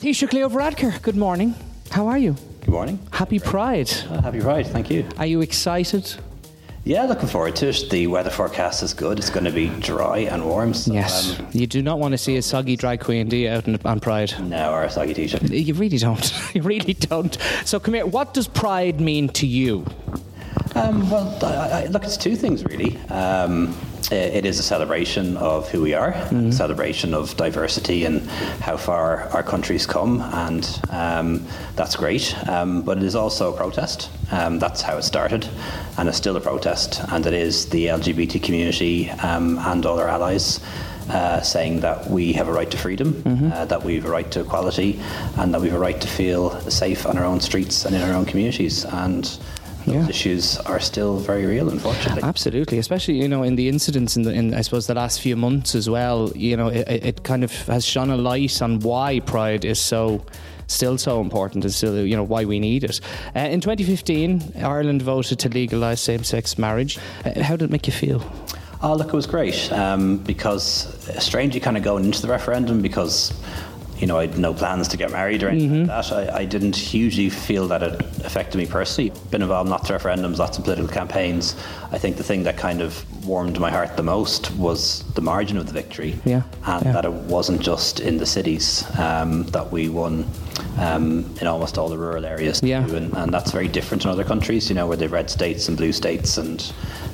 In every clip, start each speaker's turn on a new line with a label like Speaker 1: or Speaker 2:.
Speaker 1: Taoiseach Leo Radker, good morning. How are you?
Speaker 2: Good morning.
Speaker 1: Happy Pride.
Speaker 2: Uh, happy Pride, thank you.
Speaker 1: Are you excited?
Speaker 2: Yeah, looking forward to it. The weather forecast is good. It's going to be dry and warm. So,
Speaker 1: Yes.
Speaker 2: um,
Speaker 1: You do not want to see a soggy drag queen, do you, out in- on Pride?
Speaker 2: no, or a soggy t-shirt.
Speaker 1: You really don't. You really don't. So come here. What does Pride mean to you?
Speaker 2: Um, well, I, I, look, it's two things really. Um, i- it is a celebration of who we are, a celebration of diversity and how far our country's come, and um, that's great. Um, but it is also a protest. Um, that's how it started, and it's still a protest. And it is the LGBT community um, and all our allies. Uh, saying that we have a right to freedom, uh, that we have a right to equality, and that we have a right to feel safe on our own streets and in our own communities. And those
Speaker 1: Yeah. Ah.
Speaker 2: issues are still very real, unfortunately.
Speaker 1: Absolutely, especially you know in the incidents in the in I suppose the last few months as well. You know, it, it- it kind of has shone a light on why Pride is so still so important and still you know why we need it. Uh, in 2015, Ireland voted to legalise same-sex marriage. Uh, how did it make you feel?
Speaker 2: Oh, look, it was great um, because it's strange you kind of going into the referendum because. You know, I had no plans to get married or anything like
Speaker 1: Mm-hmm.
Speaker 2: that. I, I didn't hugely feel that it affected me personally. Been involved in lots of referendums, lots of political campaigns. I think the thing that kind of warmed my heart the most was the margin of the victory.
Speaker 1: Yeah,
Speaker 2: And
Speaker 1: yeah.
Speaker 2: that it wasn't just in the cities um, that we won um, in almost all the rural areas.
Speaker 1: Yeah.
Speaker 2: too. and, and that's very different in other countries, you know, where they're red states and blue states and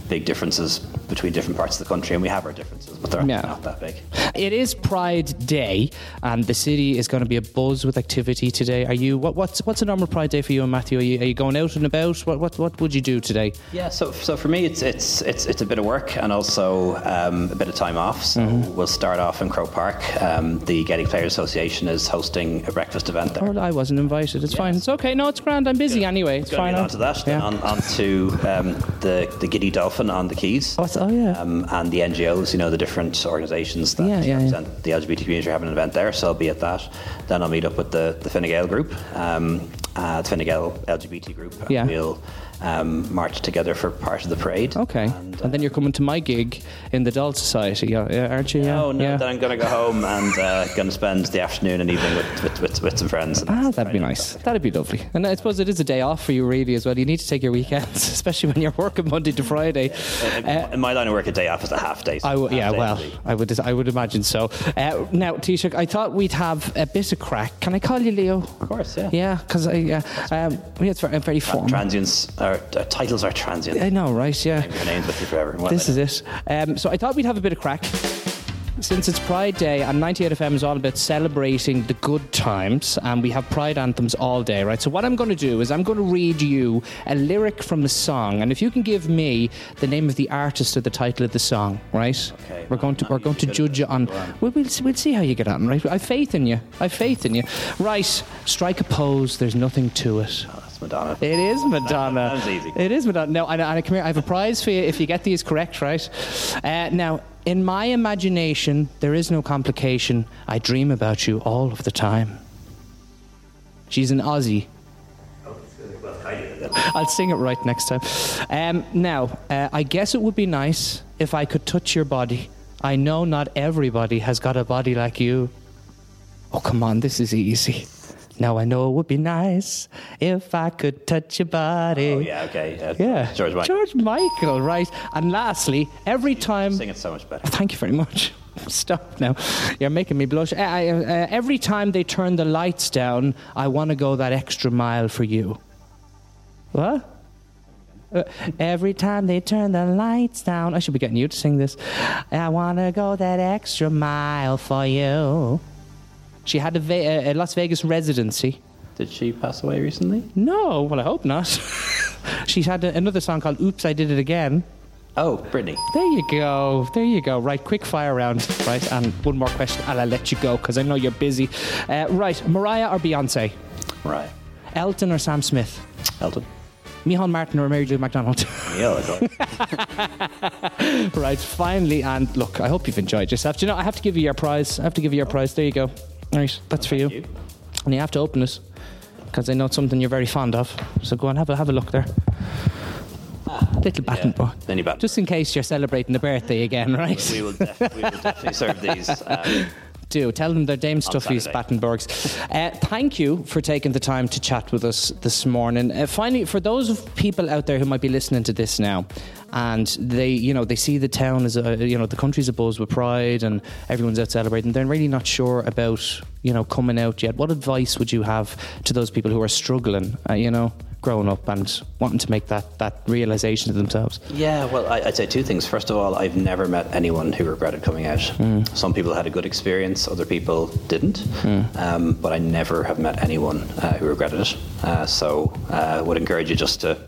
Speaker 2: big differences between different parts of the country. And we have our differences, but they're
Speaker 1: Yeah.
Speaker 2: not that big.
Speaker 1: It is Pride Day, and the city is going to be abuzz with activity today. Are you what, what's what's a normal Pride day for you and Matthew? Are you, are you going out and about? What what what would you do today?
Speaker 2: Yeah, so, so for me, it's, it's, it's, it's a bit of work and also um, a bit of time off. So
Speaker 1: Mm-hmm.
Speaker 2: we'll start off in Crow Park. Um, the Gaelic Players Association is hosting a breakfast event there.
Speaker 1: Or I wasn't invited. It's fine. It's okay. No, it's grand. I'm busy anyway. It's
Speaker 2: Going
Speaker 1: fine.
Speaker 2: on to that, then on, on to um, the, the Giddy Dolphin on the Keys.
Speaker 1: Oh, it's- oh, yeah.
Speaker 2: um, and the NGOs, you know, the different organisations that
Speaker 1: Yeah, yeah, yeah.
Speaker 2: represent the LGBT community are having an event there, so I'll be at that. Then I'll meet up with the, the Fine Gael group, um, uh, the Fine Gael LGBT group, and
Speaker 1: Yeah.
Speaker 2: we'll um, march together for part of the parade.
Speaker 1: okay. And, then you're coming to my gig in the Doll Society, yeah, yeah, aren't you?
Speaker 2: Oh,
Speaker 1: yeah.
Speaker 2: no,
Speaker 1: yeah.
Speaker 2: then I'm going to go home and uh, going to spend the afternoon and evening with, with, with, with some friends. And
Speaker 1: Ah, that'd be nice. That'd be lovely. And I suppose it is a day off for you, really, as well. You need to take your weekends, especially when you're working Monday to Friday. Uh,
Speaker 2: In, in my line of work, a day off is a half day. so
Speaker 1: I
Speaker 2: half
Speaker 1: w- yeah,
Speaker 2: day
Speaker 1: well,
Speaker 2: is a-
Speaker 1: I would, I would imagine so. Uh, now, Taoiseach, I thought we'd have a bit of crack. Can I call you Leo?
Speaker 2: Of course, yeah.
Speaker 1: Yeah, because I, yeah, um, yeah, it's very, very formal.
Speaker 2: Transients, are, uh, titles are transient.
Speaker 1: I know, right? Yeah.
Speaker 2: Your name's with you forever. Well,
Speaker 1: This is it. Um, so I thought we'd have a bit of crack. Since it's Pride Day and 98 FM is all about celebrating the good times, and we have Pride anthems all day, right? So, what I'm going to do is I'm going to read you a lyric from a song, and if you can give me the name of the artist or the title of the song, right?
Speaker 2: Okay,
Speaker 1: We're going to
Speaker 2: I'm
Speaker 1: we're going to
Speaker 2: usually good
Speaker 1: judge you
Speaker 2: at
Speaker 1: on.
Speaker 2: this. Go on.
Speaker 1: We'll, we'll see, we'll see how you get on, right? I've faith in you. I've faith in you. Right? Strike a pose. There's nothing to it.
Speaker 2: That's Madonna.
Speaker 1: It is Madonna.
Speaker 2: That was easy.
Speaker 1: It is Madonna. No, and, and come here. I have a prize for you if you get these correct, right? Uh, now, in my imagination, there is no complication. I dream about you all of the time. She's an Aussie. I'll sing it right next time. Um, now, uh, I guess it would be nice if I could touch your body. I know not everybody has got a body like you. Oh, come on, this is easy. Now I know it would be nice if I could touch your body.
Speaker 2: Oh yeah, okay. Uh,
Speaker 1: Yeah.
Speaker 2: George Michael.
Speaker 1: George Michael, right. And lastly, every time.
Speaker 2: Sing it so much better.
Speaker 1: Thank you very much. Stop now. You're making me blush. Uh, uh, uh, every time they turn the lights down, I want to go that extra mile for you. What? Uh, every time they turn the lights down, I should be getting you to sing this. I want to go that extra mile for you. She had a, Ve- uh, a a Las Vegas residency.
Speaker 2: Did she pass away recently?
Speaker 1: No, well, I hope not. She's had a, another song called Oops, I Did It Again.
Speaker 2: Oh, Britney.
Speaker 1: There you go. There you go. Right, quick fire round. Right, and one more question, and I'll let you go because I know you're busy. Uh, right, Mariah or Beyonce?
Speaker 2: Right.
Speaker 1: Elton or Sam Smith?
Speaker 2: Elton.
Speaker 1: Michal Martin or Mary Lou McDonald?
Speaker 2: Neil, of course.
Speaker 1: right, finally, and look, I hope you've enjoyed yourself. Do you know, I have to give you your prize. I have to give you your prize. There you go. Right, that's for you.
Speaker 2: you.
Speaker 1: And you have to open it because I know it's something you're very fond of. So go on, have a, have a look there. Little batting boy.
Speaker 2: Then you bat.
Speaker 1: Just in case you're celebrating the birthday again, right?
Speaker 2: we, will def- we will definitely serve these. Um,
Speaker 1: do. Tell them they're Dame Stuffy's
Speaker 2: Saturday.
Speaker 1: Battenbergs. Uh, thank you for taking the time to chat with us this morning. Uh, finally, for those of people out there who might be listening to this now, and they, you know, they see the town as a, you know, the country's abuzz with pride, and everyone's out celebrating. They're really not sure about, you know, coming out yet. What advice would you have to those people who are struggling, uh, you know, growing up and wanting to make that that realization to themselves?
Speaker 2: Yeah, well, I, I'd say two things. First of all, I've never met anyone who regretted coming out.
Speaker 1: Hmm.
Speaker 2: Some people had a good experience, other people didn't. Um, but I never have met anyone uh, who regretted it. Uh, so uh, would encourage you just to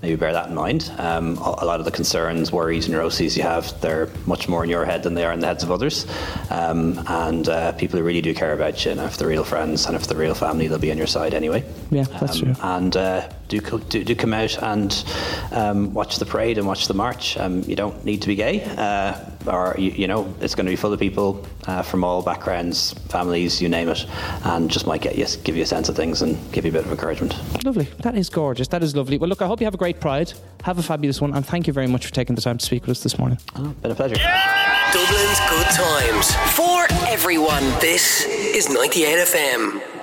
Speaker 2: maybe bear that in mind. Um, a, a lot of the concerns, worries, neuroses you have, they're much more in your head than they are in the heads of others. Um, and uh, people who really do care about you, and if they're real friends and if they're real family, they'll be on your side anyway
Speaker 1: Yeah, that's true.
Speaker 2: and uh, do, co- do do come out and um, watch the parade and watch the march. Um, you don't need to be gay, uh, or you, you know it's going to be full of people uh, from all backgrounds, families, you name it, and just might get you give you a sense of things and give you a bit of encouragement.
Speaker 1: Lovely. That is gorgeous. That is lovely. Well, look, I hope you have a great Pride. Have a fabulous one. And thank you very much for taking the time to speak with us this morning.
Speaker 2: Oh, been a pleasure.
Speaker 3: Dublin's good times for everyone. This is 98 FM.